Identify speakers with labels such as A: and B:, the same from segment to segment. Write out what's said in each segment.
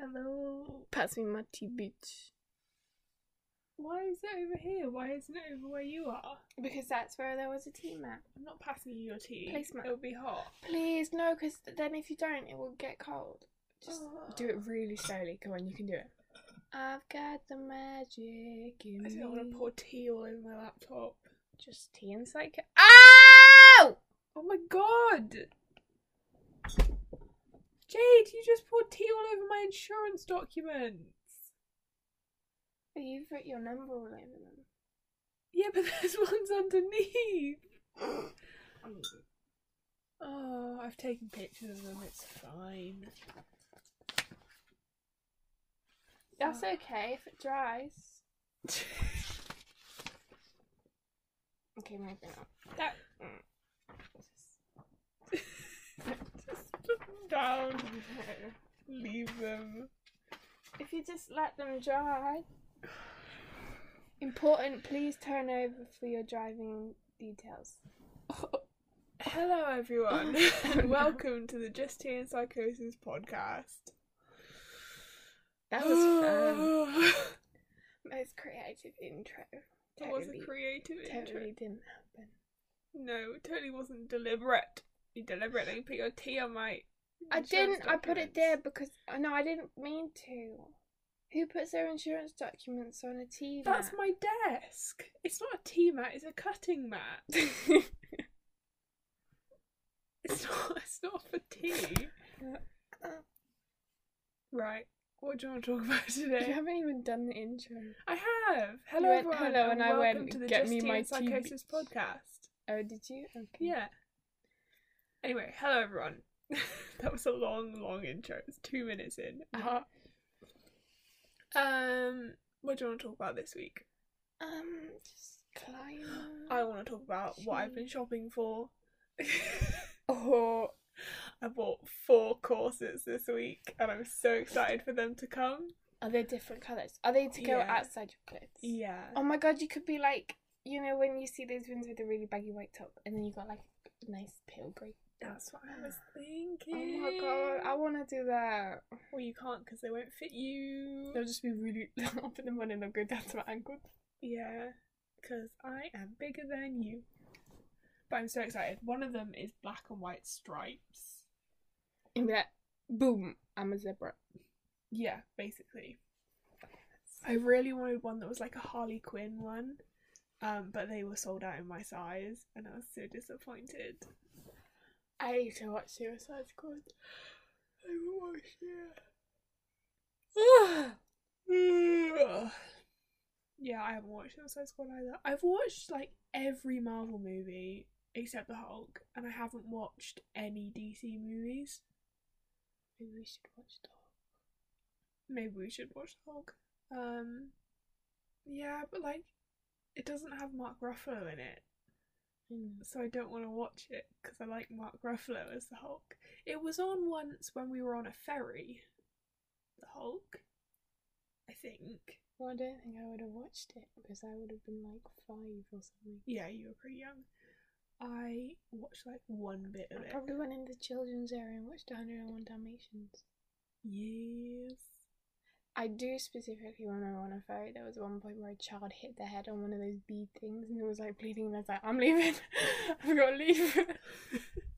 A: Hello.
B: Pass me my tea, bitch.
A: Why is it over here? Why isn't it over where you are?
B: Because that's where there was a tea mat.
A: I'm not passing you your tea.
B: Placemat.
A: It'll be hot.
B: Please, no, because then if you don't, it will get cold. Just
A: Oh.
B: do it really slowly. Come on, you can do it. I've got the magic in
A: I don't want
B: me.
A: to pour tea all over my laptop.
B: Just tea and psycho. Ow!
A: Oh my god! Jade, you just poured tea all over my insurance documents.
B: But You've put your number all over them.
A: Yeah, but there's one's underneath. Oh, I've taken pictures of them. It's fine.
B: That's okay if it dries. Okay, maybe not.
A: That.
B: mm.
A: just put them down. Leave them.
B: If you just let them dry. Important, please turn over for your driving details.
A: Hello, everyone,
B: Oh, no.
A: and welcome to the Just Tea and Psychosis podcast.
B: That was fun.
A: fun.
B: Most creative intro.
A: That was a
B: Totally-
A: creative intro.
B: Totally didn't happen.
A: No, it totally wasn't deliberate. You deliberately put your tea on my.
B: I
A: insurance
B: didn't. I put it
A: documents.
B: there because oh, no, I didn't mean to. Who puts their insurance documents on a TV?
A: That's my desk. It's not a tea mat. It's a cutting mat. It's not. It's not for tea. right. What do you want to talk about
B: you
A: today?
B: haven't even done the intro.
A: I have. Hello,
B: went,
A: everyone.
B: "Hello," and I
A: welcome
B: went,
A: to the
B: "Get
A: Just
B: me
A: Tea
B: my
A: and
B: tea,
A: Psychosis
B: bitch."
A: podcast.
B: Oh, did you? Okay.
A: Yeah. Anyway, hello everyone. that was a long, long intro. It's two minutes in.
B: Uh-huh.
A: Um, what do you want to talk about this week?
B: Um, just climb.
A: I want to talk about what I've been shopping for.
B: Oh,
A: I bought four corsets this week, and I'm so excited for them to come.
B: are they different colours? Are they to go
A: Yeah.
B: outside your clothes?
A: Yeah.
B: Oh my god, you could be like, you know, when you see those ones with a really baggy white top, and then you got like a nice pale grey.
A: That's what I was
B: Oh
A: thinking.
B: my god, I want to do that.
A: Well, you can't because they won't fit you.
B: They'll just be really up in the morning. They'll go down to my ankles.
A: Yeah, because I am bigger than you. But I'm so excited. One of them is black and white stripes.
B: And be like, boom, I'm a zebra.
A: Yeah, basically. I really wanted one that was like a Harley Quinn one, um, but they were sold out in my size, and I was so disappointed.
B: I need to watch Suicide Squad.
A: I will watch yeah. yeah, I haven't watched Suicide Squad either. I've watched like every Marvel movie except the Hulk, and I haven't watched any DC movies.
B: Maybe we should watch that.
A: maybe we should watch the Hulk. Um, yeah, but like, it doesn't have Mark Ruffalo in it, so I don't want to watch it because I like Mark Ruffalo as the Hulk. It was on once when we were on a ferry, the Hulk, I think.
B: Well, I don't think I would have watched it because I would have been like five or something.
A: Yeah, you were pretty young. I watched like one bit of
B: I
A: it.
B: probably went in the children's area and watched 101 Dalmatians.
A: Yes.
B: I do specifically remember on a ferry there was one point where a child hit their head on one of those bead things and it was like bleeding and I was like, I'm leaving. I've got to leave.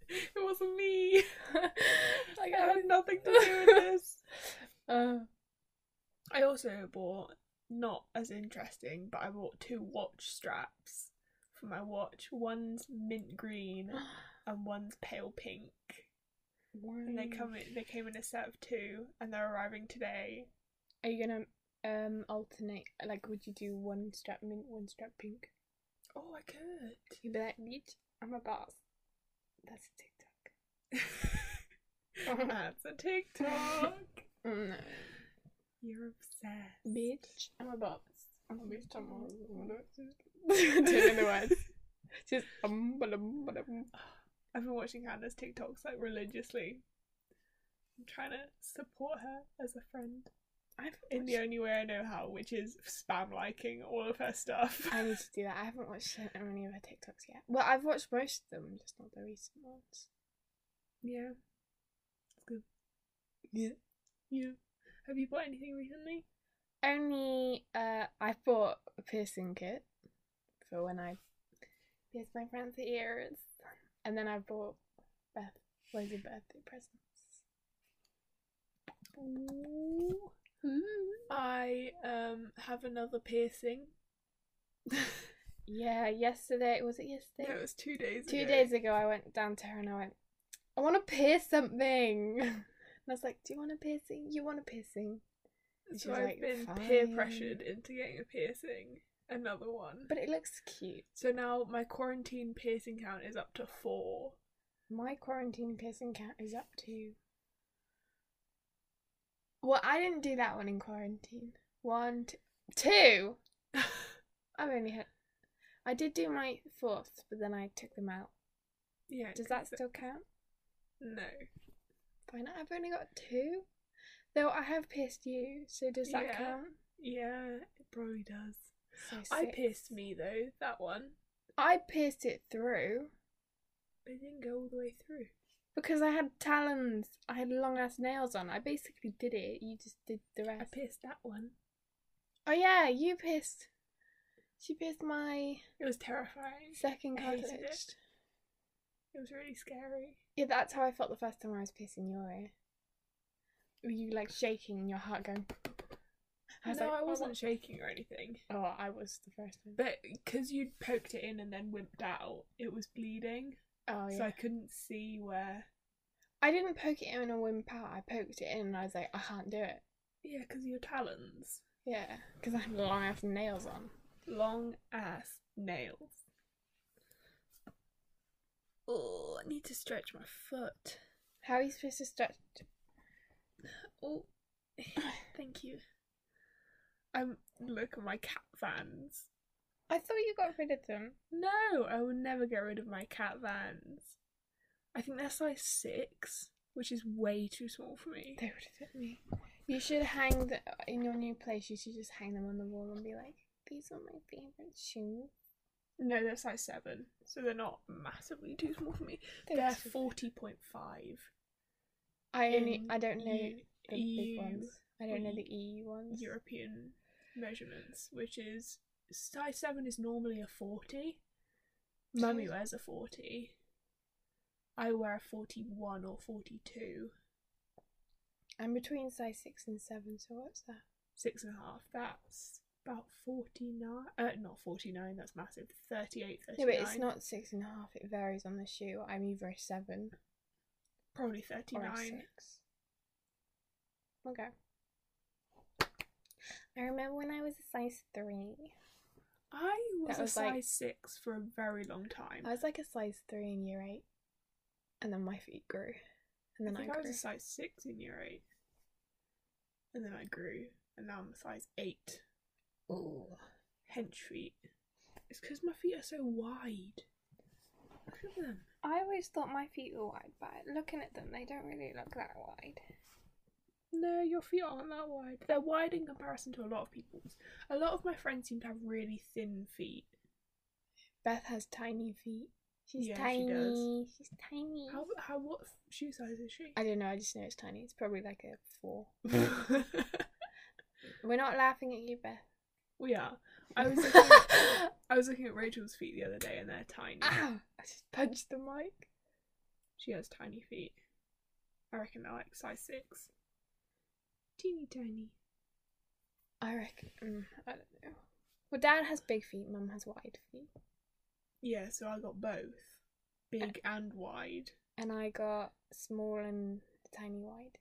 A: It wasn't me.
B: like,
A: I had nothing to do with this.
B: Uh,
A: I also bought not as interesting, but I bought two watch straps for my watch. One's mint green and one's pale pink. And they come in, they came in a set of two, and they're arriving today.
B: Are you gonna um alternate? Like, would you do one strap mint, one strap pink?
A: Oh, I could.
B: You'd be like, "Bitch, I'm a boss." That's a TikTok.
A: That's a TikTok.
B: Mm, no,
A: You're obsessed,
B: bitch, I'm a boss. I'm a bitch. I'm a. I don't know the words. Just um, ba-dum, ba-dum.
A: I've been watching Hannah's TikToks like religiously. I'm trying to support her as a friend
B: I haven't
A: in the
B: watched-
A: only way I know how, which is spam liking all of her stuff.
B: I need to do that. I haven't watched so many of her TikToks yet. Well, I've watched most of them, just not the recent ones.
A: Yeah. It's good.
B: Yeah.
A: Yeah. Have you bought anything recently?
B: Only uh, I bought a piercing kit for when I pierce my friend's ears, and then I bought Beth Rosie birthday presents.
A: I um have another piercing. no,
B: Yeah, yesterday was it yesterday?
A: it was two days.
B: Two
A: ago.
B: days ago, I went down to her and I went, I want to pierce something. And I was like, Do you want a piercing? You want a piercing? And she
A: So
B: was
A: I've
B: like,
A: been peer
B: "Fine."
A: pressured into getting a piercing. Another one.
B: But it looks cute.
A: so now my quarantine piercing count is up to four.
B: My quarantine piercing count is up to. Well, I didn't do that one in quarantine. One, t- two. I've only had. I did do my fourth, but then I took them out.
A: Yeah.
B: Does
A: 'cause
B: that still count?
A: the- No.
B: Fine. I've only got two. Though I have pierced you, so does that
A: Yeah.
B: count?
A: Yeah, it probably does.
B: So
A: I
B: six.
A: pierced me though. That one.
B: I pierced it through
A: It didn't go all the way through.
B: because I had talons. I had long ass nails on. I basically did it. You just did the
A: I
B: rest.
A: pierced that one.
B: oh yeah, you pierced. She pierced my
A: It was terrifying.
B: second
A: I hated it.
B: cartilage.
A: It was really scary.
B: Yeah, that's how I felt the first time I was piercing your ear. Were you like shaking and your heart going?
A: No,
B: like,
A: I
B: "Oh,
A: wasn't shaking or anything.
B: what-" Oh, I was the first time.
A: But because you'd poked it in and then wimped out, it was bleeding.
B: oh yeah.
A: So I couldn't see where.
B: I didn't poke it in a wimp out. I poked it in and I was like, I can't do it.
A: Yeah, because your talons.
B: Yeah, because I had long ass nails on.
A: Long ass nails. Oh, I need to stretch my foot.
B: How are you supposed to stretch?
A: Oh, thank you. Um, look at my cat vans.
B: I thought you got rid of them.
A: No, I will never get rid of my cat vans. I think they're size six, which is way too small for me.
B: They would fit me. You should hang the, in your new place. You should just hang them on the wall and be like, "These are my favorite shoes."
A: No, they're size seven, so they're not massively too small for me.
B: They're
A: They're
B: too-
A: forty point five.
B: I only I don't know the big
A: EU
B: ones. I don't know
A: we-
B: the EU ones.
A: European measurements, which is size seven is normally a forty. Mummy
B: Size-
A: wears a forty. I wear a forty-one or forty-two,
B: I'm between size six and seven. So what's that?
A: six and a half. That's about forty-nine. Uh, not forty-nine. That's massive. 38, 39.
B: No, but it's not six and a half. It varies on the shoe. I'm either a seven
A: Probably
B: or a
A: thirty-nine.
B: six. Okay. I remember when I was a size three.
A: I was
B: That
A: a
B: was
A: size
B: like-
A: six for a very long time.
B: I was like a size three in year eight, and then my feet grew, and then
A: I
B: I,
A: think I
B: grew.
A: was a size six in year eight, and then I grew, and now I'm a size eight.
B: Ooh.
A: Hench feet. It's because my feet are so wide. Look at them.
B: I always thought my feet were wide, but looking at them, they don't really look that wide.
A: No, your feet aren't that wide. They're wide in comparison to a lot of people's. A lot of my friends seem to have really thin feet.
B: Beth has tiny feet. She's
A: Yeah, she
B: tiny.
A: does.
B: She's tiny.
A: How how what f- shoe size is she?
B: I don't know. I just know it's tiny. It's probably like a four.
A: we
B: We're not laughing at you, Beth.
A: are. I was looking at, I was looking at Rachel's feet the other day, and they're tiny.
B: Ow! I just punched the mic.
A: She has tiny feet. I reckon they're like size six. Teeny tiny.
B: I reckon. Mm, I don't know. Well, Dad has big feet. Mum has wide feet,
A: Yeah, so I got both, big and wide.
B: and I got small and tiny wide.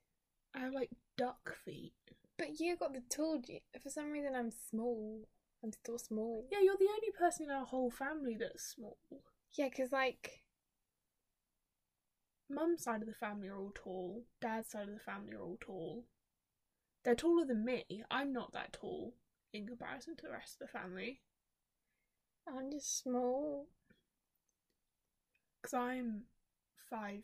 A: I have like duck feet.
B: But you got the tall. je- For some reason, I'm small. I'm still small.
A: Yeah, you're the only person in our whole family that's small.
B: Yeah, because like
A: Mum's side of the family are all tall. Dad's side of the family are all tall. They're taller than me. I'm not that tall in comparison to the rest of the family.
B: I'm just small.
A: Because I'm 5'10.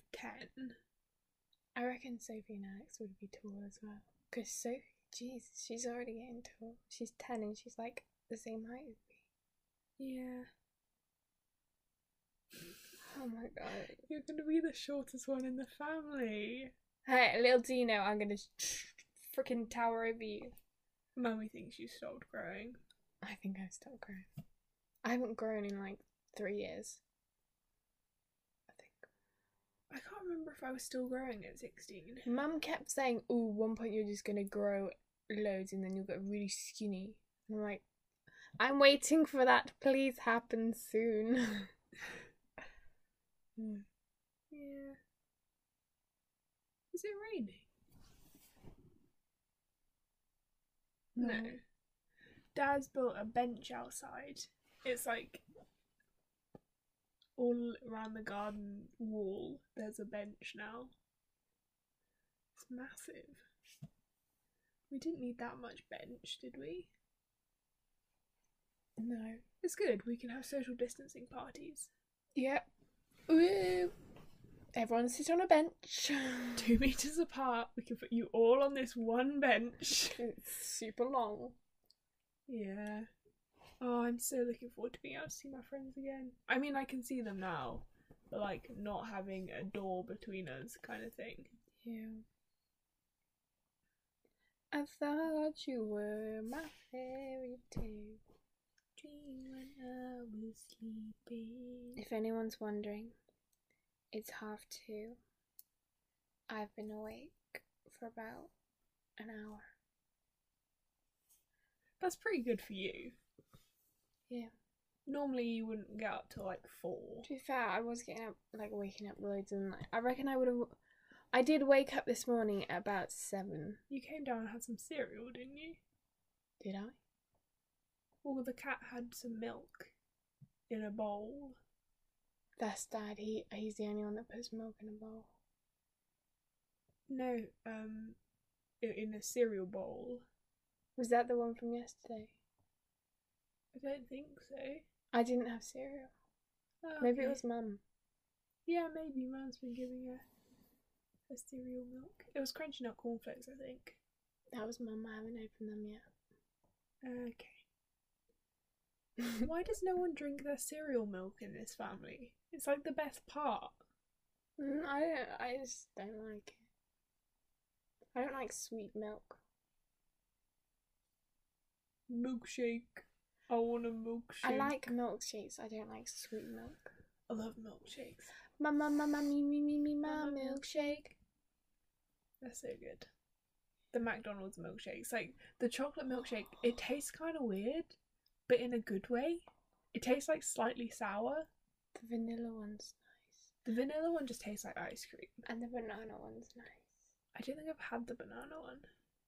B: I reckon Sophie and Alex would be tall as well. Because Sophie, jeez, she's already getting tall. She's 10 and she's like the same height as me.
A: Yeah.
B: Oh my god.
A: You're going to be the shortest one in the family.
B: Hey, little do you know, I'm gonna sh- freaking tower over you.
A: Mummy thinks you stopped growing.
B: I think I've stopped growing. I haven't grown in like three years. I think.
A: I can't remember if I was still growing at 16.
B: Mum kept saying, "Oh, one point you're just gonna grow loads and then you'll get really skinny." And I'm like, I'm waiting for that to please happen soon. Hmm.
A: Yeah. Is it raining? Dad's built a bench outside. It's like all around the garden wall, there's a bench now. It's massive. We didn't need that much bench, did we?
B: No.
A: It's good. We can have social distancing parties.
B: Yep. Woo. Everyone sit on a bench.
A: Two meters apart, we can put you all on this one bench.
B: It's super long.
A: Yeah. Oh, I'm so looking forward to being able to see my friends again. I mean, I can see them now, but like not having a door between us kind of thing.
B: Yeah. I thought you were my fairy tale.
A: Dream when I was sleeping.
B: If anyone's wondering, it's half two. I've been awake for about an hour.
A: That's pretty good for you.
B: Yeah.
A: Normally you wouldn't get up till like four.
B: To be fair, I was getting up, like waking up loads, and like, I reckon I would have. I did wake up this morning at about seven.
A: You came down and had some cereal, didn't you?
B: Did I?
A: Well, the cat had some milk in a bowl.
B: That's dad. He he's the only one that puts milk in a bowl.
A: No, um, i- in a cereal bowl.
B: Was that the one from yesterday?
A: I don't think so.
B: I didn't have cereal.
A: Oh,
B: Maybe it
A: okay.
B: was mum.
A: Yeah, maybe Mum's been giving her a cereal milk. It was crunchy nut cornflakes, I think.
B: That was mum. I haven't opened them
A: Okay.
B: yet.
A: Why does no one drink their cereal milk in this family? It's like the best part.
B: Mm, I don't. I just don't like it. I don't like sweet milk.
A: Milkshake. I want a milkshake.
B: I like milkshakes. I don't like sweet milk.
A: I love milkshakes.
B: Ma ma ma ma me me me me ma
A: Mama
B: milkshake.
A: They're so good. The McDonald's milkshakes, like the chocolate milkshake, it tastes kind of weird, but in a good way. It tastes like slightly sour.
B: The vanilla one's nice,
A: The vanilla one just tastes like ice cream.
B: and the banana one's nice.
A: I don't think I've had the banana one.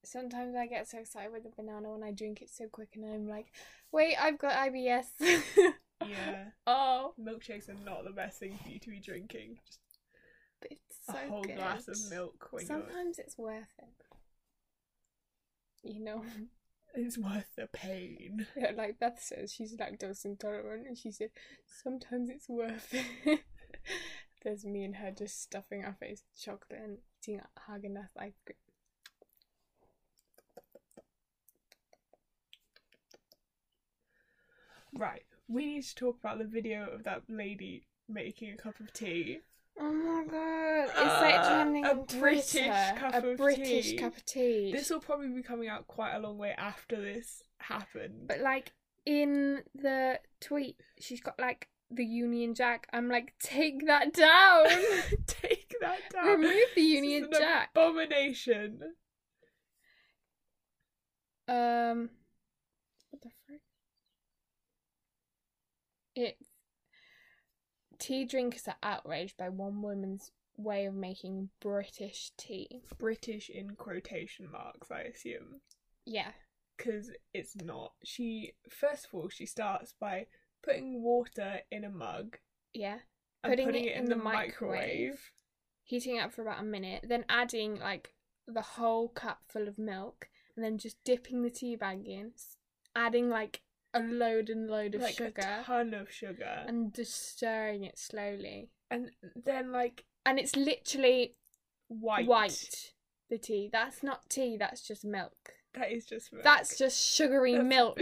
B: Sometimes I get so excited with the banana when I drink it so quick, and I'm like, "Wait, I've got IBS."
A: Yeah,
B: oh,
A: milkshakes are not the best thing for you to be drinking. Just
B: but it's
A: a
B: so
A: whole
B: good.
A: glass of milk when
B: Sometimes it's worth it. You know.
A: you're. It's worth the pain.
B: Yeah, like Beth says, she's lactose intolerant, and she said sometimes it's worth it. There's me and her just stuffing our face with chocolate and eating Haagen Dazs ice cream.
A: Right, we need to talk about the video of that lady making a cup of tea.
B: Oh my god! It's like
A: Ah,
B: trending
A: a
B: on
A: British
B: Twitter,
A: cup
B: a
A: of
B: British
A: tea.
B: cup of tea.
A: This will probably be coming out quite a long way after this happened.
B: But like in the tweet, she's got like the Union Jack. I'm like, take that down.
A: Take that down.
B: Remove the
A: This is
B: Union
A: an
B: Jack.
A: Abomination.
B: Um, what the frick? It's tea drinkers are outraged by one woman's way of making British tea.
A: British in quotation marks, I assume.
B: Yeah,
A: Because it's not. She, first of all, she starts by putting water in a mug
B: yeah.
A: and putting, it, in, the, microwave.
B: Heating it up for about a minute, then adding like the whole cup full of milk, and then just dipping the tea bag in, s- adding like a load and load of
A: Like
B: sugar,
A: a ton of sugar. And,
B: and just stirring it slowly.
A: then, like,
B: And it's literally
A: white.
B: The tea. That's not tea. That's just milk.
A: That is just milk.
B: That's just sugary
A: That's-
B: milk.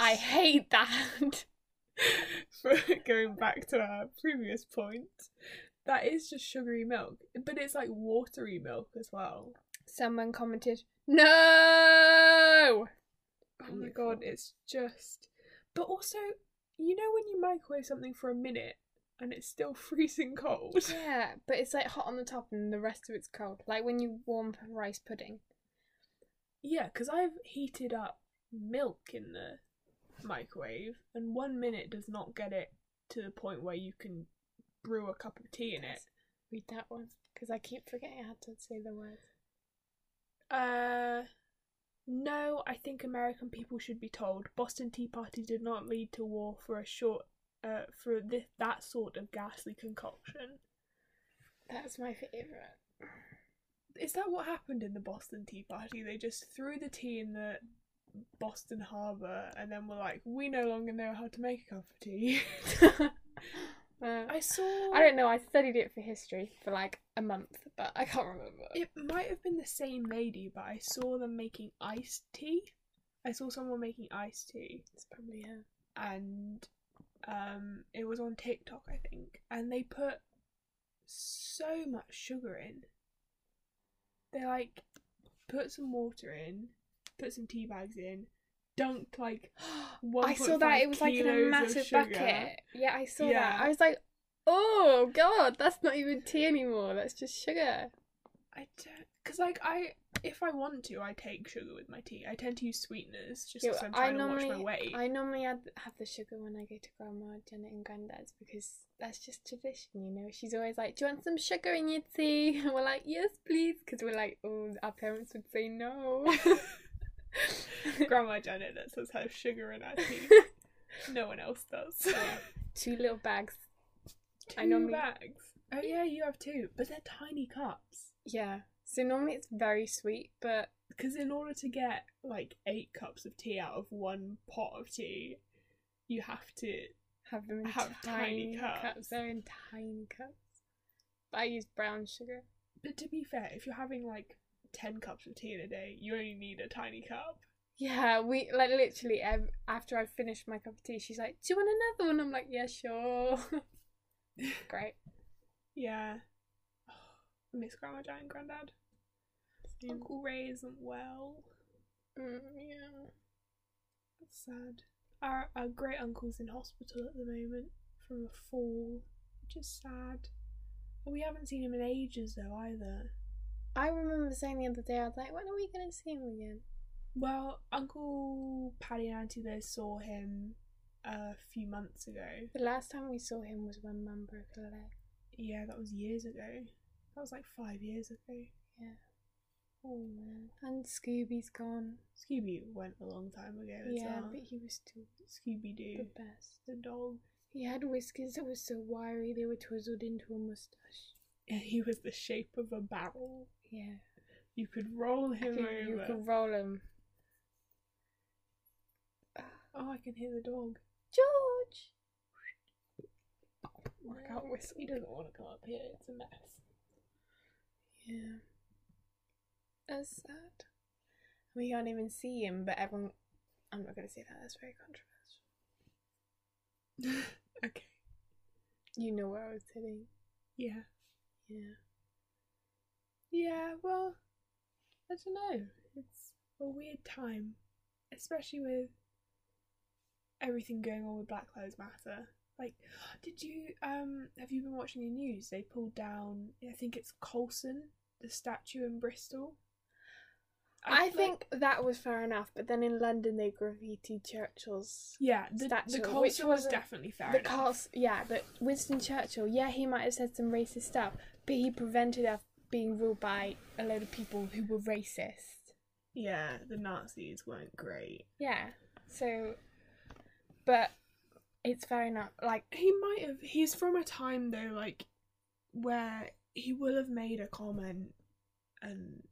B: I hate that.
A: for going back to our previous point, that is just sugary milk, but it's like watery milk as well.
B: Someone commented, "No."
A: Oh my god, it's just. But also, you know when you microwave something for a minute and it's still freezing cold.
B: Yeah, but it's like hot on the top and the rest of it's cold. Like when you warm rice pudding.
A: Yeah, because I've heated up milk in the microwave, and one minute does not get it to the point where you can brew a cup of tea in it.
B: Read that one because I keep forgetting how to say the word.
A: Uh, no, I think American people should be told Boston Tea Party did not lead to war for a short, uh, for this that sort of ghastly concoction.
B: That's my favorite.
A: Is that what happened in the Boston Tea Party? They just threw the tea in the Boston Harbor and then were like, we no longer know how to make a cup of tea.
B: Uh,
A: I saw.
B: I don't know. I studied it for history for like a month, but I can't remember.
A: It might have been the same lady, but I saw them making iced tea. I saw someone making iced tea,
B: It's probably uh, her.
A: and um, it was on TikTok, I think. And they put so much sugar in. They like put some water in, put some tea bags in, dunked like
B: I saw that
A: 1.5
B: it was like in a
A: kilos of
B: massive
A: sugar.
B: bucket. Yeah, I saw
A: Yeah.
B: that. I was like, oh god, that's not even tea anymore. That's just sugar.
A: I don't, cause like I, if I want to, I take sugar with my tea. I tend to use sweeteners just
B: Yeah,
A: because I'm
B: I
A: trying to watch
B: normally-
A: my weight.
B: I normally have, have the sugar when I go to Grandma Janet and Granddad's because that's just tradition, you know. She's always like, "Do you want some sugar in your tea?" And we're like, "Yes, please," because we're like, "Oh, our parents would say no."
A: Grandma Janet lets us have sugar in our tea. no one else does.
B: Yeah. Two little bags.
A: two
B: I normally-
A: bags. Oh yeah, you have two, but they're tiny cups.
B: Yeah. So normally it's very sweet, but
A: Because in order to get like eight cups of tea out of one pot of tea, you have to.
B: have them in
A: Have
B: tiny,
A: tiny
B: cups.
A: cups.
B: They're in tiny cups. But I use brown sugar.
A: But to be fair, if you're having like ten cups of tea in a day, you only need a tiny cup.
B: Yeah, we like literally ev- after I finished my cup of tea, she's like, "Do you want another one?" I'm like, "Yeah, sure." Great.
A: Yeah. Miss Grandma Janet and Granddad. Uncle Ray isn't well.
B: Mm, yeah.
A: That's sad. Our our great uncle's in hospital at the moment from a fall, which is sad. We haven't seen him in ages though either.
B: I remember saying the other day, I was like, "When are we gonna see him again?"
A: Well, Uncle Paddy and Auntie Liz saw him a few months ago.
B: The last time we saw him was when Mum broke her leg.
A: Yeah, that was years ago. That was like five years ago.
B: Yeah.
A: Oh man.
B: And Scooby's gone.
A: Scooby went a long time ago as
B: yeah,
A: well.
B: but he was still
A: Scooby Doo,
B: the best.
A: the dog.
B: He had whiskers that were so wiry they were twizzled into a mustache.
A: And he was the shape of a barrel.
B: Yeah.
A: You could roll him
B: You,
A: over.
B: you could roll him.
A: Oh, I can hear the dog.
B: George!
A: Work
B: Yeah.
A: out whistle. He doesn't want to come up here. It's a mess.
B: Yeah. That's sad. We can't even see him, but everyone. I'm not going to say that, that's very controversial.
A: okay.
B: You know where I was sitting.
A: Yeah.
B: Yeah.
A: Yeah. Well, I don't know. It's a weird time, especially with everything going on with Black Lives Matter. Like, did you um have you been watching the news? They pulled down. I think it's Colson, the statue in Bristol.
B: I,
A: like-
B: think that was fair enough, but then in London they graffitied Churchill's.
A: yeah, the,
B: statue,
A: the
B: which
A: Colson was
B: wasn't-
A: definitely fair.
B: the
A: enough.
B: cast, yeah, but Winston Churchill, yeah, he might have said some racist stuff, but he prevented us being ruled by a load of people who were racist.
A: Yeah, the Nazis weren't great.
B: Yeah. So, but it's fair enough. Like,
A: He might have. He's from a time though, like where he will have made a comment and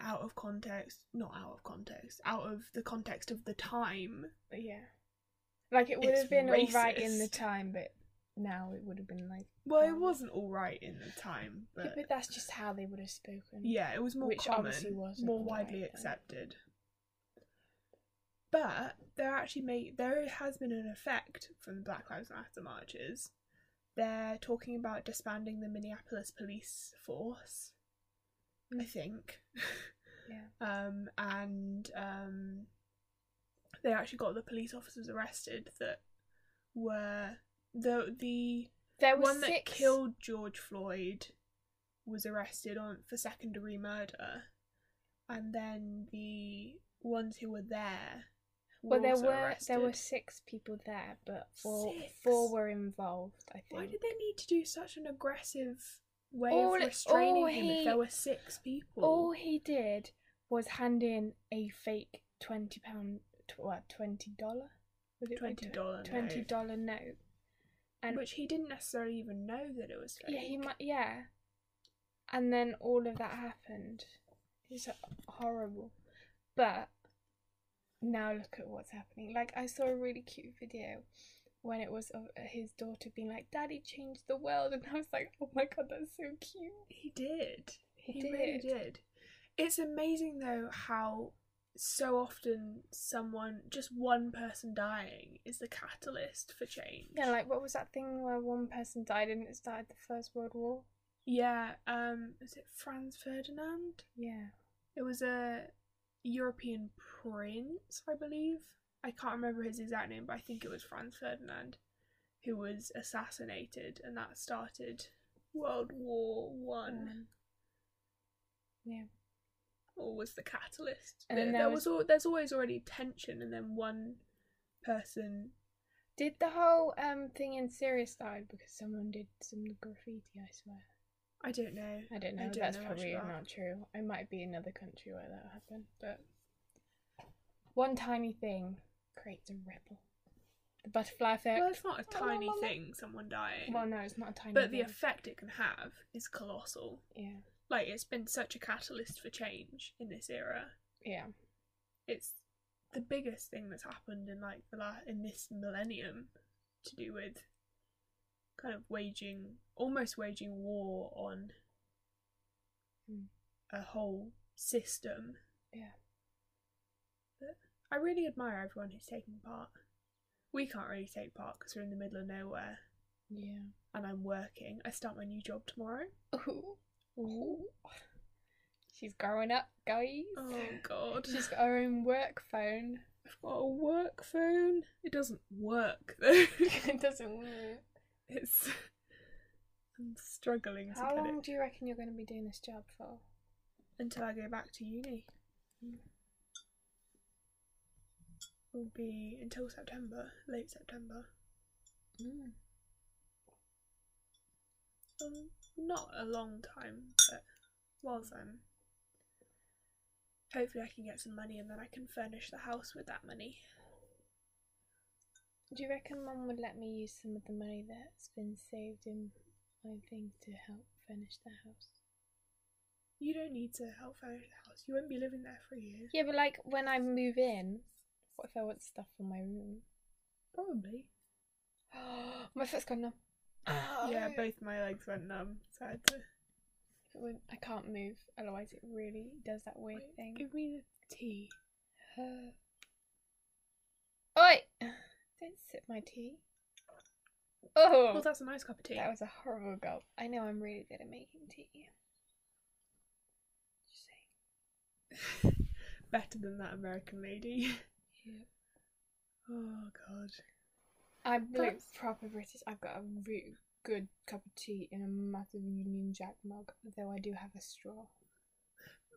A: out of context, not out of context, out of the context of the time.
B: yeah, like it would
A: It's
B: have been alright in the
A: racist.
B: time, but now it would have been like,
A: Well, it
B: Um,
A: wasn't all right in the time,
B: yeah,
A: but
B: but that's just how they would have spoken.
A: yeah, it was more
B: which
A: common,
B: obviously wasn't
A: more
B: all right
A: widely
B: then.
A: accepted. But there actually may there has been an effect from the Black Lives Matter marches. They're talking about disbanding the Minneapolis police force.
B: Mm.
A: I think.
B: Yeah.
A: Um, and um, they actually got the police officers arrested that were the the
B: There was
A: one
B: six.
A: that killed George Floyd was arrested on for second degree murder, and then the ones who were there. Were
B: Well, there
A: also
B: were
A: arrested.
B: there were six people there, but four
A: Six?
B: four were involved. I
A: Why
B: think.
A: did they need to do such an aggressive way
B: All-
A: of restraining
B: all
A: him if
B: he-
A: there were six people?
B: All he did was hand in a fake twenty pound, tw- what twenty dollar?
A: twenty dollar
B: Twenty dollar note. and-
A: which he didn't necessarily even know that it was. Fake.
B: Yeah, he might. Yeah. And then all of that happened. It's horrible. But now look at what's happening. Like I saw a really cute video when it was of his daughter being like, "Daddy changed the world," and I was like, "Oh my god, that's so cute."
A: He did.
B: He
A: really
B: did.
A: did. It's amazing though how so often someone, just one person dying, is the catalyst for change.
B: Yeah, like what was that thing where one person died and it started the First World War?
A: yeah. Um, is it Franz Ferdinand?
B: Yeah.
A: It was a European prince, I believe. I can't remember his exact name, but I think it was Franz Ferdinand, who was assassinated, and that started World War One.
B: Um, yeah.
A: or was the catalyst.
B: And
A: there,
B: then
A: there
B: there
A: was, al- there's always already tension, and then one person.
B: Did the whole um thing in Syria start because someone did some graffiti? I swear.
A: I don't know.
B: I don't know.
A: I don't
B: That's
A: know much
B: probably
A: about-
B: not true. It might be another country where that happened, but one tiny thing creates a ripple. The butterfly effect.
A: Well, it's not a
B: La, la,
A: tiny
B: la, la.
A: thing, someone dying,
B: Well, no, it's not a tiny.
A: but the
B: thing.
A: effect it can have is colossal.
B: yeah,
A: Like it's been such a catalyst for change in this era.
B: yeah,
A: It's the biggest thing that's happened in like the la- in this millennium to do with kind of waging almost waging war on
B: Mm.
A: a whole system
B: yeah.
A: I really admire everyone who's taking part. We can't really take part because we're in the middle of nowhere
B: Yeah.
A: and I'm working. I start my new job tomorrow.
B: Ooh. She's growing up, guys.
A: Oh god.
B: She's got her own work phone.
A: I've got a work phone. It doesn't work though.
B: it doesn't work.
A: it's I'm struggling to
B: How
A: get
B: long
A: it
B: do you reckon you're going to be doing this job for?
A: until I go back to uni. Will be until September, late September.
B: Hmm.
A: Um, not a long time, but whilst I'm hopefully I can get some money and then I can furnish the house with that money.
B: Do you reckon Mum would let me use some of the money that's been saved in my thing to help furnish the house?
A: You don't need to help furnish the house. You won't be living there for a year.
B: Yeah, but like when I move in, what if I want stuff for my room?
A: Probably.
B: my foot's gone numb.
A: Yeah,
B: but
A: both my legs went numb, so I had to
B: I can't move, otherwise it really does that weird
A: Wait,
B: thing.
A: give me the tea.
B: Oi! Don't sip my tea. Oh,
A: Well, that's a nice cup of tea.
B: that was a horrible gulp. I know I'm really good at making tea. Just saying.
A: Better than that American lady.
B: Yep.
A: Oh god.
B: I'm like
A: That's-
B: proper British. I've got a really good cup of tea in a massive Union Jack mug, though I do have a straw.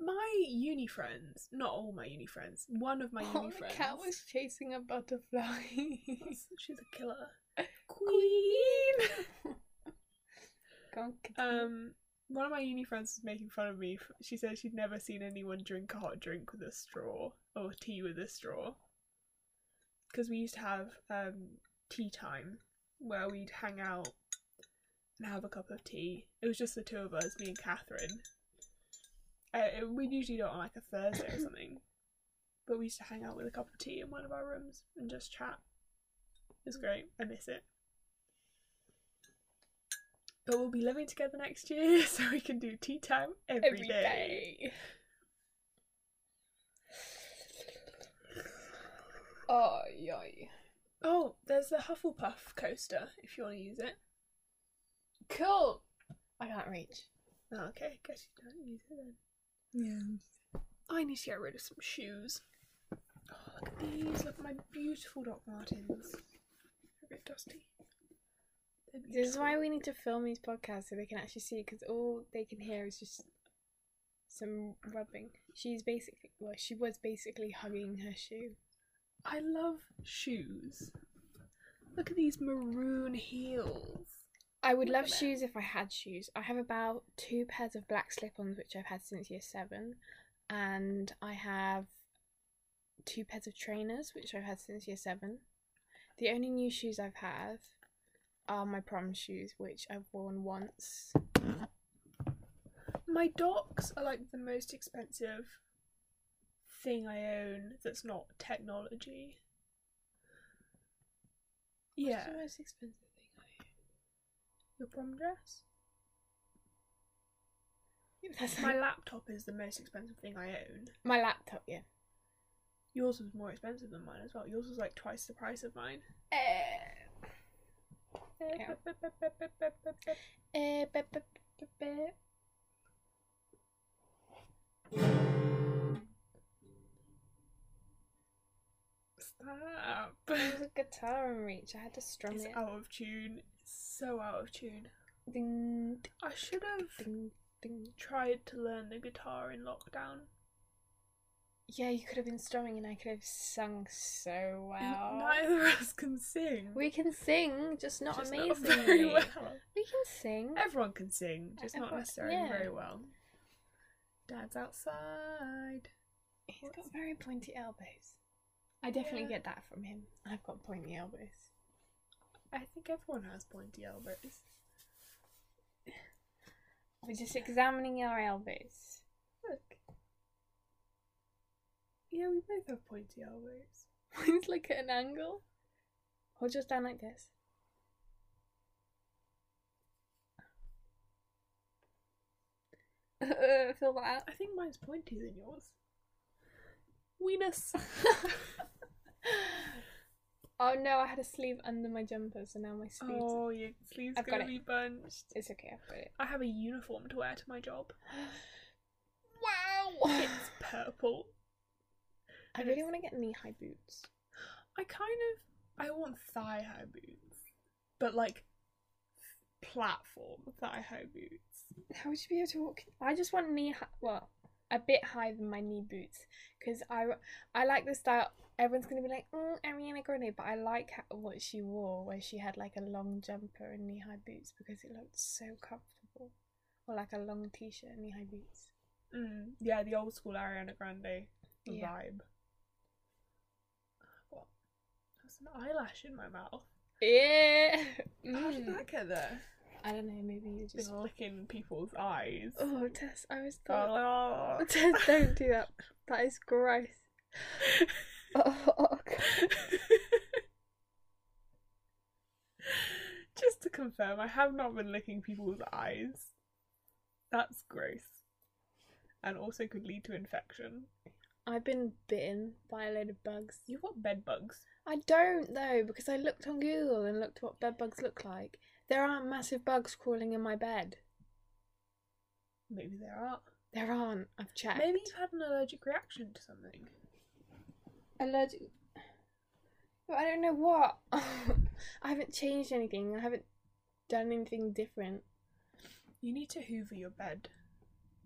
A: My uni friends, not all my uni friends, one of my
B: oh,
A: uni
B: the
A: friends.
B: cat was chasing a butterfly.
A: That's- She's a killer. Queen.
B: Go on, cat.
A: Um, one of my uni friends was making fun of me. f- She said she'd never seen anyone drink a hot drink with a straw or tea with a straw. Because we used to have um tea time where we'd hang out and have a cup of tea. It was just the two of us, me and Catherine. Uh, it- we'd usually do it on like a Thursday or something, but we used to hang out with a cup of tea in one of our rooms and just chat. It was great. I miss it. But we'll be living together next year, so we can do tea time every day.
B: Oh, yoy.
A: Oh, there's the Hufflepuff coaster if you want to use it.
B: Cool. I can't reach.
A: Ah, Oh, okay, guess you don't use it then.
C: Yeah.
A: I need to get rid of some shoes. Oh, look at these. Look at my beautiful Doc Martens. They're a bit dusty. They're
B: This is
A: beautiful.
B: why we need to film these podcasts so they can actually see because all they can hear is just some rubbing. She's basically, well, she was basically hugging her shoe.
A: I love shoes. Look at these maroon heels.
B: I would
A: Look
B: love
A: at that.
B: shoes if I had shoes. I have about two pairs of black slip ons, which I've had since year seven, and I have two pairs of trainers, which I've had since year seven. The only new shoes I've had are my prom shoes, which I've worn once.
A: My docs are like the most expensive thing I own that's not technology.
B: What's
A: Yeah.
B: the most expensive thing I
A: Your prom dress?
B: own? That's
A: My
B: my,
A: laptop is the most expensive thing I own.
B: my laptop, yeah.
A: Yours was more expensive than mine as well. Yours was like twice the price of mine.
B: Eh, ba- ba- ba- ba-
A: Stop.
B: There was a guitar in reach. I had to strum
A: It's
B: it.
A: out of tune. It's so out of tune.
B: Ding,
A: I should have
B: ding, ding.
A: tried to learn the guitar in lockdown.
B: Yeah, you could have been strumming and I could have sung so well.
A: Neither of us can sing.
B: We can sing, just not
A: Just
B: amazingly.
A: very well.
B: We can sing.
A: Everyone can sing, just not
B: Everyone-
A: necessarily
B: yeah.
A: very well. Dad's outside.
B: He's got very pointy elbows. I definitely
A: Yeah.
B: get that from him. I've got pointy elbows.
A: I think everyone has pointy elbows.
B: We're just examining our elbows.
A: Look. Yeah, we both have pointy elbows.
B: Mine's like at an angle. Hold yours down like this. Feel that.
A: I think mine's pointy than yours. Weenus.
B: oh no, I had a sleeve under my jumper, so now my sleeves.
A: oh, your sleeves
B: I've got
A: gonna
B: it.
A: be bunched.
B: It's okay, I've got it.
A: I have a uniform to wear to my job.
B: Wow!
A: It's purple.
B: I really want to get knee high boots.
A: I kind of I want thigh high boots, but like platform thigh high boots.
B: How would you be able to walk? I just want knee high, well, a bit higher than my knee boots, because I I like the style. Everyone's gonna be like, mm, Ariana Grande, but I like how, what she wore, where she had like a long jumper and knee high boots, because it looked so comfortable, or like a long t shirt and knee high boots.
A: Mm, yeah, the old school Ariana Grande
B: Yeah.
A: vibe. What? There's an eyelash in my mouth.
B: Yeah. Mm.
A: How did that get there?
B: I don't know. Maybe you just.
A: Been licking people's eyes.
B: Oh, Tess, I was. thought-
A: Oh.
B: Tess, don't do that. That is gross. Oh, God.
A: Just to confirm, I have not been licking people's eyes. That's gross. And also could lead to infection.
B: I've been bitten by a load of bugs.
A: You've got bed bugs.
B: I don't though, because I looked on Google and looked what bed bugs look like. There aren't massive bugs crawling in my bed.
A: Maybe there are.
B: There aren't. I've checked.
A: Maybe you've had an allergic reaction to something.
B: allergic. But I don't know what. I haven't changed anything. I haven't done anything different.
A: You need to hoover your bed.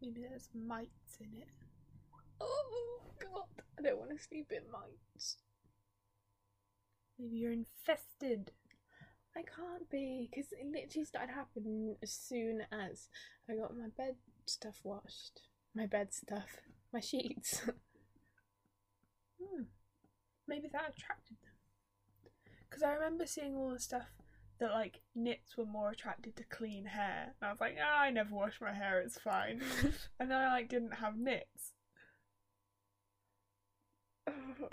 A: Maybe there's mites in it.
B: Oh God! I don't want to sleep in mites.
A: Maybe you're infested.
B: I can't be because it literally started happening as soon as I got my bed stuff washed. My bed stuff. My sheets.
A: Hmm. Maybe that attracted them. Because I remember seeing all the stuff that like knits were more attracted to clean hair, and I was like, ah, I never wash my hair; it's fine. and then I like didn't have knits.
B: Oh.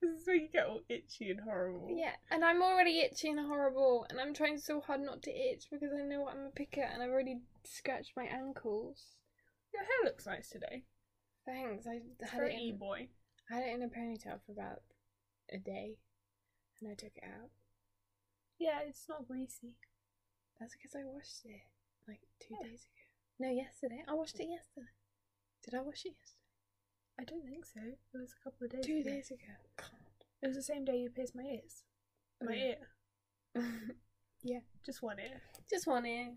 A: this is where you get all itchy and horrible.
B: Yeah, and I'm already itchy and horrible, and I'm trying so hard not to itch because I know I'm a picker and I've already scratched my ankles.
A: Your hair looks nice today.
B: Thanks, I
A: It's
B: had it,
A: very e
B: in,
A: boy.
B: I had it in a ponytail for about a day, and I took it out.
A: Yeah, it's not greasy.
B: That's because I washed it like two
A: Yeah.
B: days ago. No, yesterday. I watched it yesterday. Did I watch it yesterday?
A: I don't think so. It was a couple of days.
B: Two
A: ago.
B: days ago.
A: It was the same day you pierced my ears. My
B: Mm.
A: ear.
B: God.
A: Just one ear.
B: Just one ear.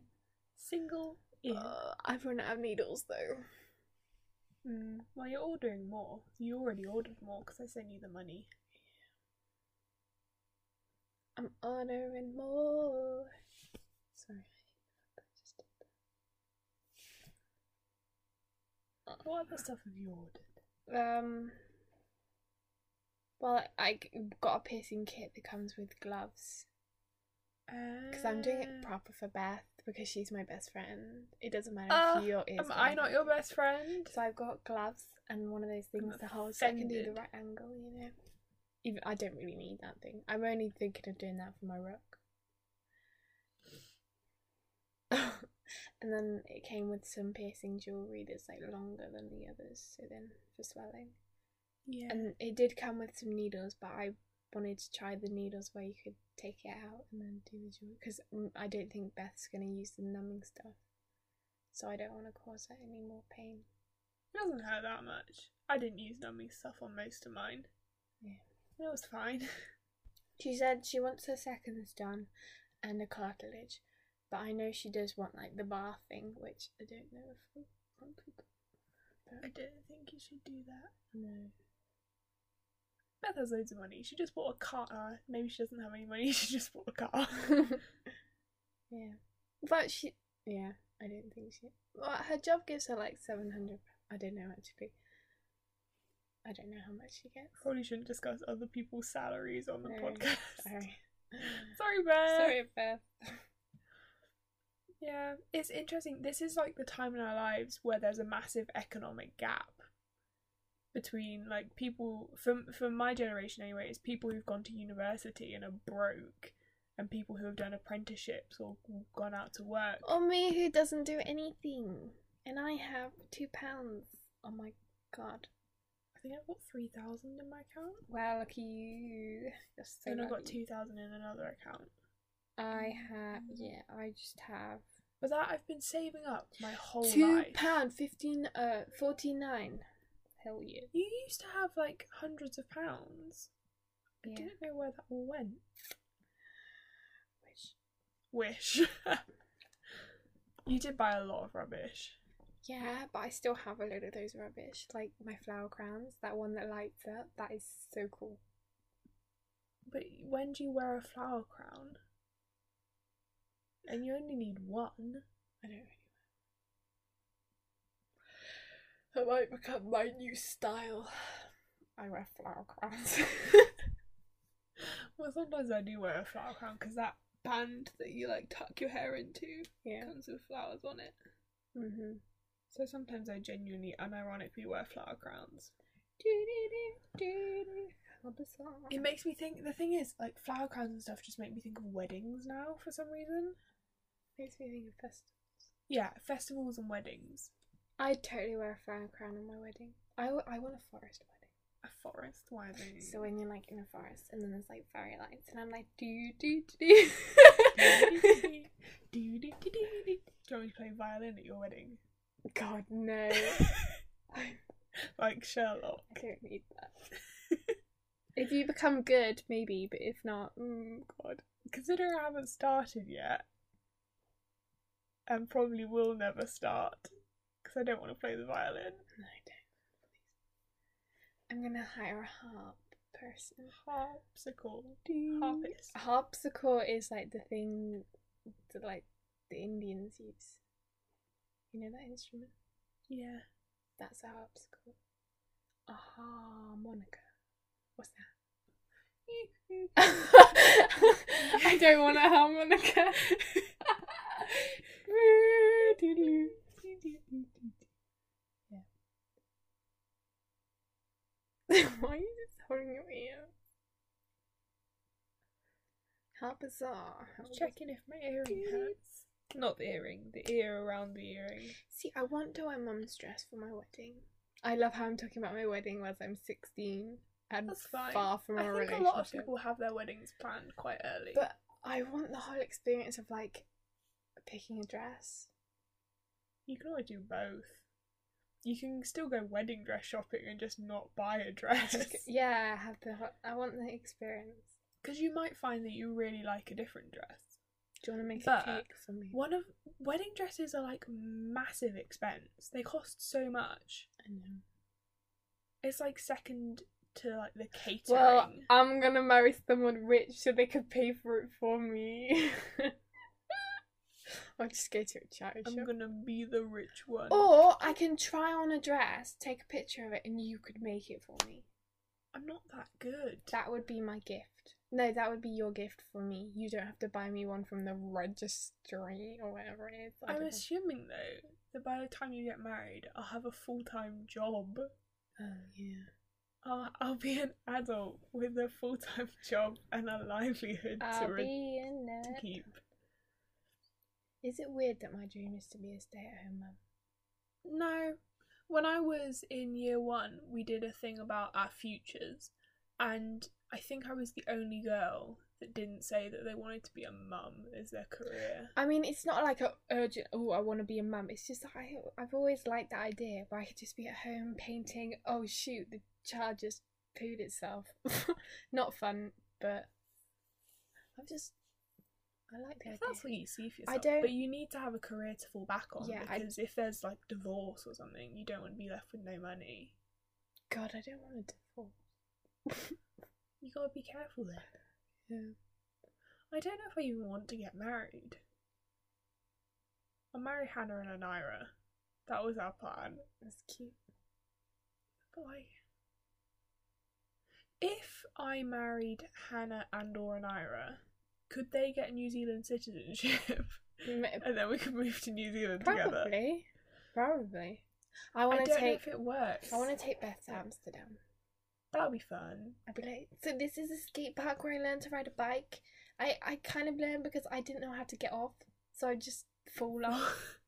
A: Single ear.
B: Uh, I've run out of needles though.
A: Mm. Well, you're ordering more. You already ordered more because I sent you the money.
B: I'm ordering more. Sorry. I just did
A: What other stuff have you ordered?
B: that. Um. Well, I g- got a piercing kit that comes with gloves because I'm doing
A: Mm. Uh,
B: it proper for Beth because she's my best friend. It doesn't matter
A: Ah,
B: if your ears.
A: Am
B: go
A: I
B: in.
A: not your best friend?
B: So I've got gloves and one of those things
A: I'm
B: that holds so I can do the
A: offended.
B: right angle, you know. Even I don't really need that thing. I'm only thinking of doing that for my rook. and then it came with some piercing jewellery that's like longer than the others, so then for swelling.
A: Yeah.
B: And it did come with some needles, but I wanted to try the needles where you could take it out and then do the jewellery because I don't think Beth's going to use the numbing stuff. So I don't want to cause her any more pain.
A: It doesn't hurt that much. I didn't use numbing stuff on most of mine.
B: Yeah.
A: And it was fine.
B: She said she wants her seconds done and the cartilage, but I know she does want like the bar thing, which I don't know if we want to do.
A: I don't think you should do that.
B: No.
A: Beth has loads of money. She just bought a car. Uh, maybe she doesn't have any money. She just bought a car.
B: yeah. But she, yeah, I don't think she. Well, her job gives her like 700. I don't know actually. I don't know how much she gets.
A: Probably shouldn't discuss other people's salaries on the
B: No,
A: podcast.
B: Sorry.
A: Sorry, Beth.
B: Sorry, Beth.
A: Yeah, it's interesting. This is like the time in our lives where there's a massive economic gap between like people from from my generation anyway. It's people who've gone to university and are broke, and people who have done apprenticeships or gone out to work.
B: Or me who doesn't do anything. And I have two pounds. Oh my god.
A: I think I've got three thousand in my account,
B: Wow, look at you. You're so
A: and I've got
B: lucky.
A: two thousand in another account.
B: I have, yeah, I just have
A: But that I've been saving up Oh my whole
B: two
A: life.
B: pound fifteen, uh, forty nine. Hell yeah.
A: You used to have like hundreds of pounds. I
B: Yeah.
A: didn't know where that all went.
B: Wish.
A: Wish. you did buy a lot of rubbish.
B: Yeah, but I still have a load of those rubbish, like my flower crowns. That one that lights up. That is so cool.
A: But when do you wear a flower crown? And you only need one.
B: I don't really. That might become my new style. I wear flower crowns.
A: Well, sometimes I do wear a flower crown because that band that you like tuck your hair into
B: yeah.
A: comes with flowers on it.
B: Mm-hmm.
A: So sometimes I genuinely, unironically wear flower crowns.
B: Love the song.
A: It makes me think. The thing is, like flower crowns and stuff, just make me think of weddings now for some reason.
B: makes me think of festivals.
A: Yeah, festivals and weddings.
B: I'd totally wear a flower crown on my wedding. I, w- I want a forest wedding.
A: A forest wedding.
B: So when you're like in a forest and then there's like fairy lights and I'm like do do do do.
A: Do-do-do-do-do. Do-do-do-do-do. Do you want me to play violin at your wedding?
B: God no,
A: like Sherlock.
B: I don't need that. if you become good, maybe, but if not, mm, God.
A: Considering I haven't started yet, and probably will never start, because I don't want to play the violin.
B: No, don't. I'm gonna hire a harp person.
A: Harpsichord.
B: Do-
A: Harpist.
B: Harpsichord is like the thing that like the Indians use. You know that instrument?
A: Yeah.
B: That's a harpsichord. A harmonica. What's that? I don't want a harmonica. Why are you just holding your ear? How bizarre. How
A: Just checking if my earring hurts. Not the earring, the ear around the earring.
B: See, I want to wear mum's dress for my wedding. I love how I'm talking about my wedding while I'm 16 and
A: That's fine.
B: far from
A: I
B: a
A: think a
B: relationship.
A: lot of people have their weddings planned quite early.
B: But I want the whole experience of like picking a dress.
A: You can always do both. You can still go wedding dress shopping and just not buy a dress.
B: Yeah, I have the. hot- I want the experience.
A: Because you might find that you really like a different dress.
B: Do you want to make
A: But-
B: a cake for me?
A: One of wedding dresses are like massive expense. They cost so much.
B: I know.
A: It's like second to like the catering.
B: Well, I'm gonna marry someone rich so they can pay for it for me. I'll just go to a charity
A: I'm
B: shop.
A: gonna be the rich one.
B: Or I can try on a dress, take a picture of it, and you could make it for me.
A: I'm not that good.
B: That would be my gift. No, that would be your gift for me. You don't have to buy me one from the registry or whatever it is. I
A: I'm
B: don't know.
A: assuming though that by the time you get married, I'll have a full time job.
B: oh yeah.
A: I'll, Uh, I'll be an adult with a full time job and a livelihood
B: I'll
A: to, re-
B: be in
A: to
B: it.
A: keep.
B: Is it weird that my dream is to be a stay-at-home mum?
A: No. When I was in year one, we did a thing about our futures, and I think I was the only girl that didn't say that they wanted to be a mum as their career.
B: I mean, it's not like a urgent. Oh, I want to be a mum. It's just that I I've always liked that idea where I could just be at home painting. Oh shoot, the child just pooed itself. not fun, but I've just I like the
A: If
B: idea.
A: that's what you see for
B: I
A: yourself,
B: don't-
A: but you need to have a career to fall back on
B: Yeah, I-
A: because if there's like divorce or something, you don't want to be left with no money.
B: God, I don't want to divorce.
A: You gotta be careful then.
B: Yeah.
A: I don't know if I even want to get married. I'll marry Hannah and Anira. That was our plan.
B: That's cute.
A: But like, if I married Hannah and or Anira, could they get New Zealand citizenship?
B: M-
A: and then we could move to New Zealand together.
B: Probably, probably. I
A: I,
B: want to
A: don't know
B: take.
A: if it works.
B: I want to take Beth to Amsterdam.
A: That'll be fun.
B: I'd be like, so this is a skate park where I learned to ride a bike. I, I kind of learned because I didn't know how to get off, so I just fall off.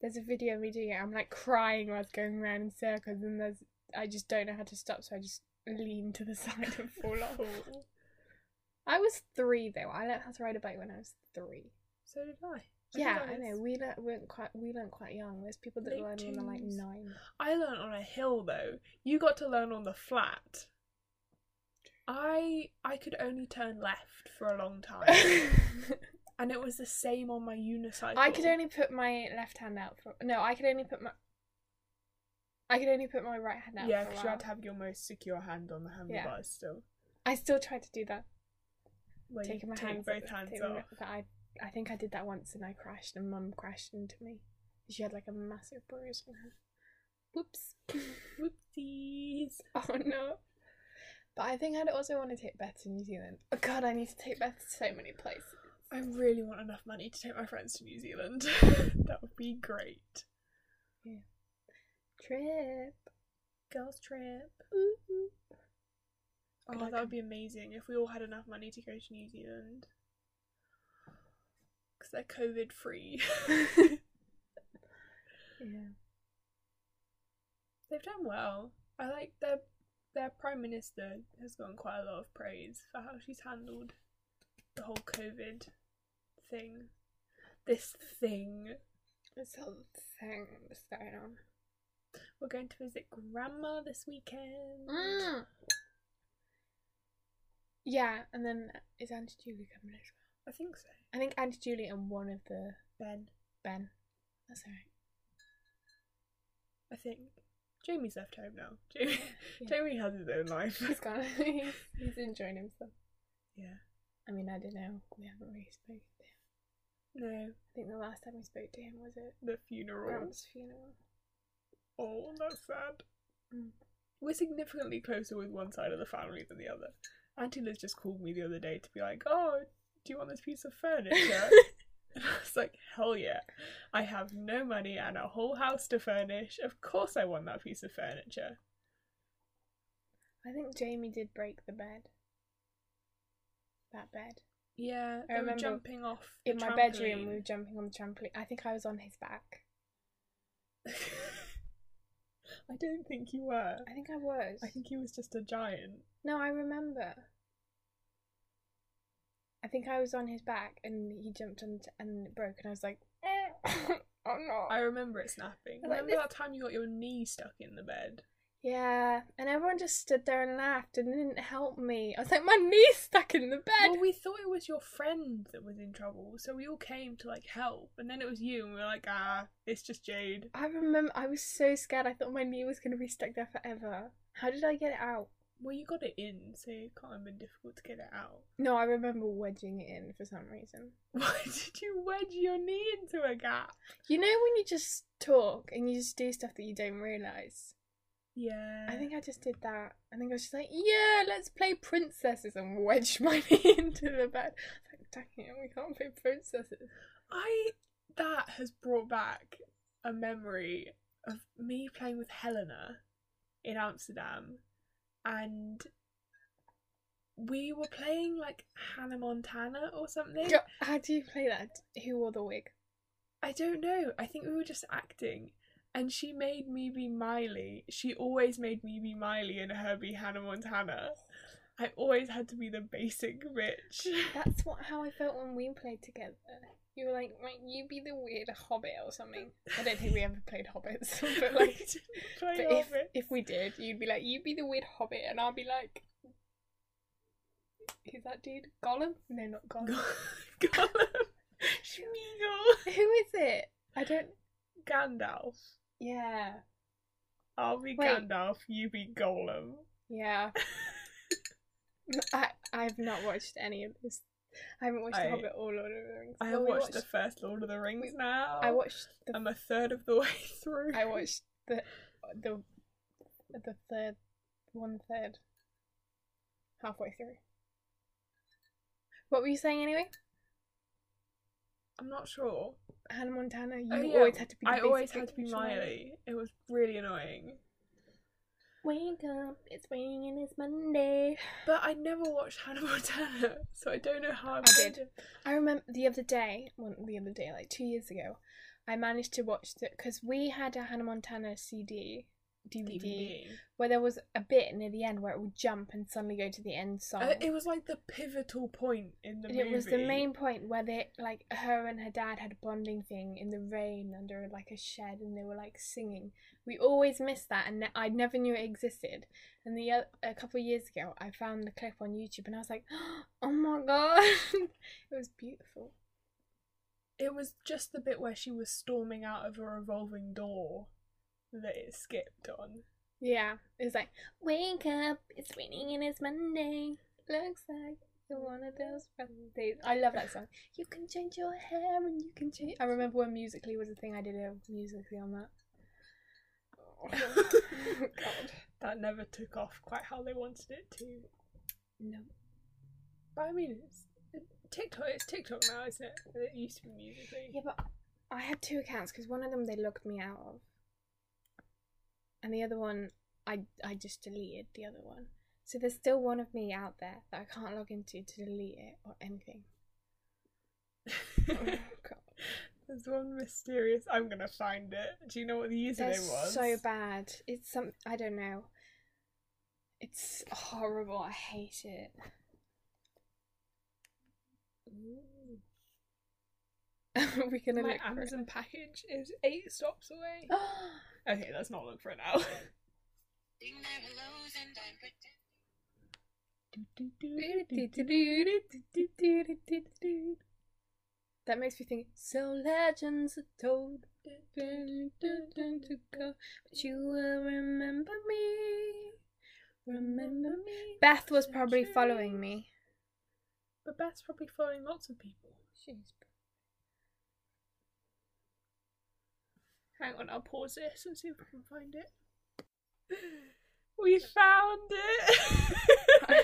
B: there's a video of me doing it. I'm like crying while it's going around in circles, and there's I just don't know how to stop, so I just lean to the side and fall off.
A: Cool.
B: I was three though. I learned how to ride a bike when I was three.
A: So did I.
B: yeah,
A: did
B: I know. We learned weren't quite we learned quite young. There's people that
A: Me
B: learn when they're like
A: toos.
B: nine.
A: I learned on a hill though. You got to learn on the flat. I I could only turn left for a long time, and it was the same on my unicycle.
B: I could only put my left hand out for no. I could only put my. I could only put my right hand out.
A: yeah,
B: for a while.
A: because you had to have your most secure hand on the handlebars still.
B: I still tried to do that,
A: Where Oh, you
B: taking my
A: take
B: hands,
A: both hands
B: taking-
A: off.
B: But I, I think I did that once and I crashed and Mum crashed into me. She had like a massive bruise on her. Whoops.
A: Whoopsies.
B: oh no. But I think I'd also want to take Beth to New Zealand. Oh God, I need to take Beth to so many places.
A: I really want enough money to take my friends to New Zealand. that would be great.
B: Trip.
A: Girls trip.
B: Ooh, ooh.
A: Oh,
B: Like-
A: that would be amazing if we all had enough money to go to New Zealand. Because they're COVID free.
B: Yeah.
A: They've done well. I like their their prime minister has gotten quite a lot of praise for how she's handled the whole COVID thing. This thing.
B: This whole thing that's going on.
A: We're going to visit grandma this weekend.
B: Mm. Yeah, and then is Auntie Julie coming as well?
A: I think so.
B: I think Auntie Julie and one of the
A: Ben,
B: Ben. That's alright.
A: I think. Jamie's left home now. Jamie,
B: Yeah.
A: Jamie has his own life.
B: He's gone. he's, he's enjoying himself.
A: Yeah.
B: I mean, I don't know. We haven't really spoken to him.
A: No,
B: I think the last time we spoke to him was at
A: the funeral.
B: Grant's funeral.
A: Oh, that's sad.
B: Mm.
A: We're significantly closer with one side of the family than the other. Auntie Liz just called me the other day to be like, "Oh, do you want this piece of furniture?" and I was like, "Hell yeah! I have no money and a whole house to furnish. Of course, I want that piece of furniture."
B: I think Jamie did break the bed. That bed.
A: Yeah,
B: I
A: they were
B: remember
A: jumping off the
B: In my bedroom,
A: trampoline.
B: we were jumping on the trampoline. I think I was on his back.
A: I don't think you were.
B: I think I was.
A: I think he was just a giant.
B: No, I remember. I think I was on his back and he jumped on t- and it broke, and I was like, Oh no.
A: I remember it snapping.
B: I was like,
A: Remember
B: this-
A: that time you got your knee stuck in the bed?
B: Yeah, and everyone just stood there and laughed and didn't help me. I was like, my knee's stuck in the bed.
A: Well, we thought it was your friend that was in trouble, so we all came to like help, and then it was you, and we were like, ah, it's just Jade.
B: I remember I was so scared. I thought my knee was going to be stuck there forever. How did I get it out?
A: Well, you got it in, so it can't have been difficult to get it out.
B: No, I remember wedging it in for some reason.
A: Why did you wedge your knee into a gap?
B: You know when you just talk and you just do stuff that you don't realize.
A: Yeah.
B: I think I just did that. I think I was just like, yeah, let's play princesses and wedge my knee into the bed. I was like, dang it, we can't play princesses.
A: I that has brought back a memory of me playing with Helena in Amsterdam and we were playing like Hannah Montana or something.
B: Yo, How do you play that? Who wore the wig?
A: I don't know. I think we were just acting. And she made me be Miley. She always made me be Miley and her be Hannah Montana. I always had to be the basic bitch.
B: That's what how I felt when we played together. You were like, might you be the weird hobbit or something? I don't think we ever played hobbits, but
A: We
B: like,
A: didn't
B: but
A: play
B: if
A: Hobbit.
B: if we did, you'd be like, you be the weird hobbit, and I'll be like, who's that dude? Gollum? No, not Gollum.
A: Gollum. Schmeagol.
B: Who is it? I don't.
A: Gandalf.
B: Yeah,
A: I'll be
B: Wait.
A: Gandalf, you be Golem.
B: yeah. I I've not watched any of this. I haven't watched
A: I-
B: The Hobbit or Lord of the Rings.
A: I
B: Well,
A: have
B: we
A: watched, the first Lord of the Rings
B: we-
A: now.
B: I watched the
A: I'm a third of the way through.
B: I watched the the the third one third halfway through. What were you saying anyway?
A: I'm not sure.
B: Hannah Montana. You
A: Oh, yeah.
B: always had to be. the
A: I
B: basic
A: always had to be
B: bitch,
A: Miley. It was really annoying.
B: Wake up! It's raining and it's Monday.
A: But I never watched Hannah Montana, so I don't know how I'm
B: I
A: going
B: did.
A: to-
B: I remember the other day, well, the other day, like two years ago, I managed to watch it because we had a Hannah Montana CD, DVD,
A: DVD.
B: where there was a bit near the end where it would jump and suddenly go to the end song.
A: Uh, it was like the pivotal point in the
B: And
A: movie.
B: it was the main point where they like her and her dad had a bonding thing in the rain under like a shed and they were like singing we always missed that and ne- i never knew it existed and the oth- a couple of years ago i found the clip on youtube and i was like oh my god it was beautiful
A: It was just the bit where she was storming out of a revolving door that it skipped on.
B: yeah it was like wake up it's raining and it's monday looks like you're one of those rough days i love that song you can change your hair and you can change i remember when musically was a thing i did a musically on that Oh. God.
A: That never took off quite how they wanted it to.
B: No.
A: But I mean, it's TikTok. It's TikTok now, isn't it? It used to be musically.
B: Yeah, but I had two accounts because one of them they logged me out of, and the other one I I just deleted the other one. So there's still one of me out there that I can't log into to delete it or anything. Oh, God.
A: There's one mysterious. I'm gonna find it. Do you know what the
B: They're
A: username was?
B: so bad. It's some I don't know. It's horrible. I hate it.
A: Ooh.
B: We're gonna
A: My
B: look
A: Amazon package is eight stops away.
B: for it. Oh.
A: Okay, let's not look for it now.
C: Sing their hellos and I'm pretending.
B: That makes me think. So legends are told, to go, but you will remember me. Remember me. Beth was probably following me.
A: But Beth's probably following lots of people.
B: She's
A: Hang on, I'll pause this and see if I can find it. We found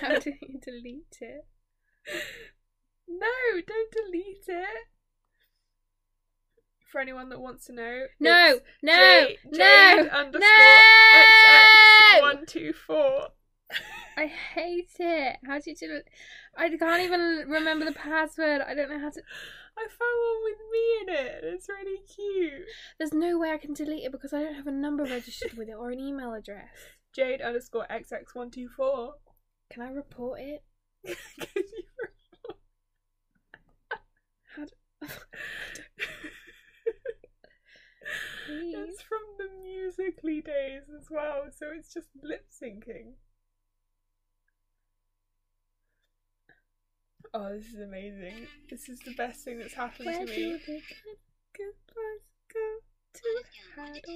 B: How
A: it!
B: do you delete it?
A: no, don't delete it. For anyone that wants to know,
B: No,
A: it's
B: no,
A: Jade-
B: no,
A: Jade underscore
B: no!
A: One two four.
B: I hate it. How do you do? I can't even remember the password. I don't know how to.
A: I found one with me in it. It's really cute.
B: There's no way I can delete it because I don't have a number registered with it or an email address.
A: Jade underscore XX124.
B: Can I report it?
A: Can you
B: How do... please.
A: It's from the musically days as well, so it's just lip syncing. Oh, this is amazing. This is the best thing that's happened to
B: Where's
A: me.
B: your good
A: Goodbyes go to
C: one to
A: Haddle.
C: ten, I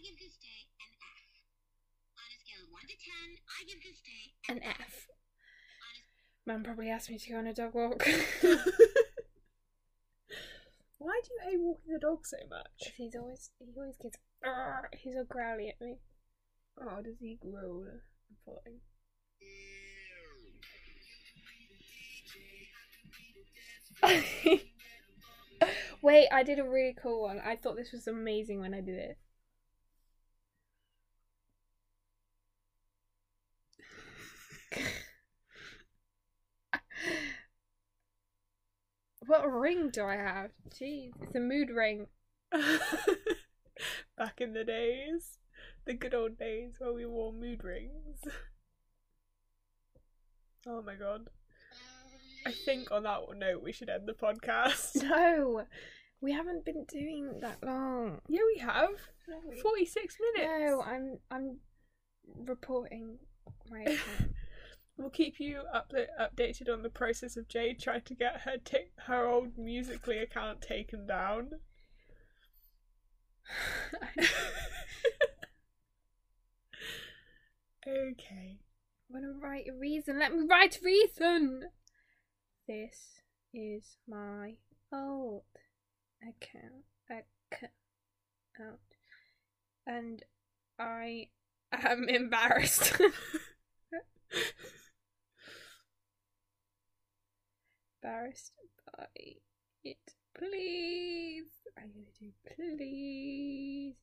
C: give this day an F. On a scale of one to ten, I give this day
B: an F? Mum probably asked me to go on a dog walk.
A: Why do you hate walking the dog so much?
B: he's always he always gets "Arr," he's all growly at me.
A: Oh, does he growl? I'm following.
B: Wait, I did a really cool one. I thought this was amazing when I did it. what ring do I have? Jeez, it's a mood ring.
A: Back in the days, the good old days where we wore mood rings. Oh my god. I think on that note, we should end the podcast.
B: No, we haven't been doing that long.
A: Yeah, we have. 46 minutes.
B: No, I'm I'm reporting my account.
A: We'll keep you up- updated on the process of Jade trying to get her ta- her old Musically account taken down. okay.
B: I want to write a reason. Let me write a reason. This is my old account, account, and I am embarrassed. embarrassed by it. Please, I'm gonna do please.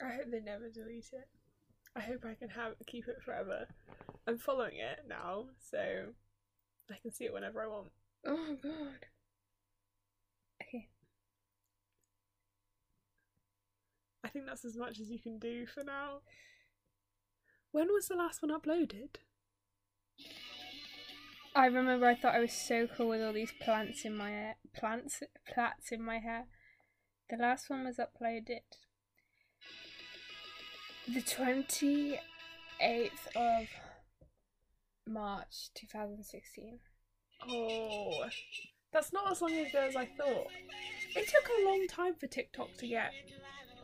A: I hope they never delete it. I hope I can have keep it forever. I'm following it now, so I can see it whenever I want.
B: Oh god. Okay.
A: I think that's as much as you can do for now. When was the last one uploaded?
B: I remember I thought I was so cool with all these plants in my hair. Plants, plats in my hair. The last one was uploaded the 28th of March 2016.
A: Oh, that's not as long ago as I thought. It took a long time for TikTok to get.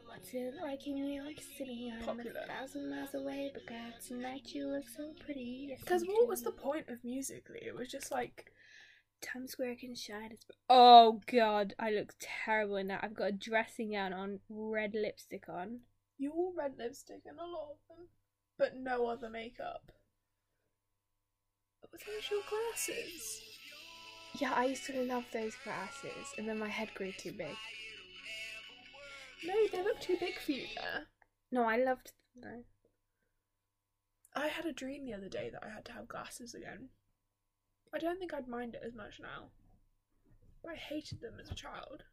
B: What's it like in New York City? I'm
A: Popular.
B: a thousand miles away, but God, tonight you look so pretty. Yes,
A: Because
B: you
A: what
B: do.
A: was the point of Musically? It was just like,
B: Times Square can shine as. Oh God, I look terrible in that. I've got a dressing gown on, red lipstick on.
A: you all red lipstick and a lot of them, but no other makeup. But those your glasses.
B: Yeah, I used to love those glasses, and then my head grew too big.
A: No, they look too big for you there.
B: No, I loved them
A: I had a dream the other day that I had to have glasses again. I don't think I'd mind it as much now. But I hated them as a child.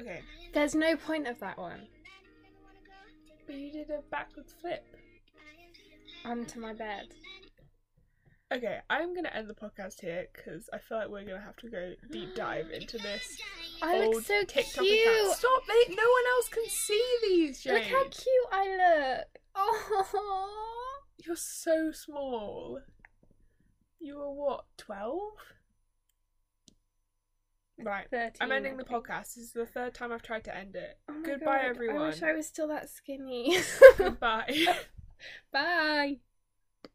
A: Okay.
B: though. There's no point of that one.
A: But you did a backwards flip.
B: Onto my bed.
A: Okay, I'm gonna end the podcast here because I feel like we're gonna have to go deep dive into this
B: I look
A: old
B: so
A: TikTok
B: cute.
A: account. Stop, mate! No one else can see these, Jade.
B: Look how cute I look. Oh,
A: You're so small. You were what, twelve? Right.
B: thirteen.
A: I'm ending
B: I
A: the
B: think.
A: podcast. This is the third time I've tried to end it.
B: Oh my
A: Goodbye,
B: God, I
A: everyone.
B: wish I was still that skinny.
A: Goodbye.
B: Bye.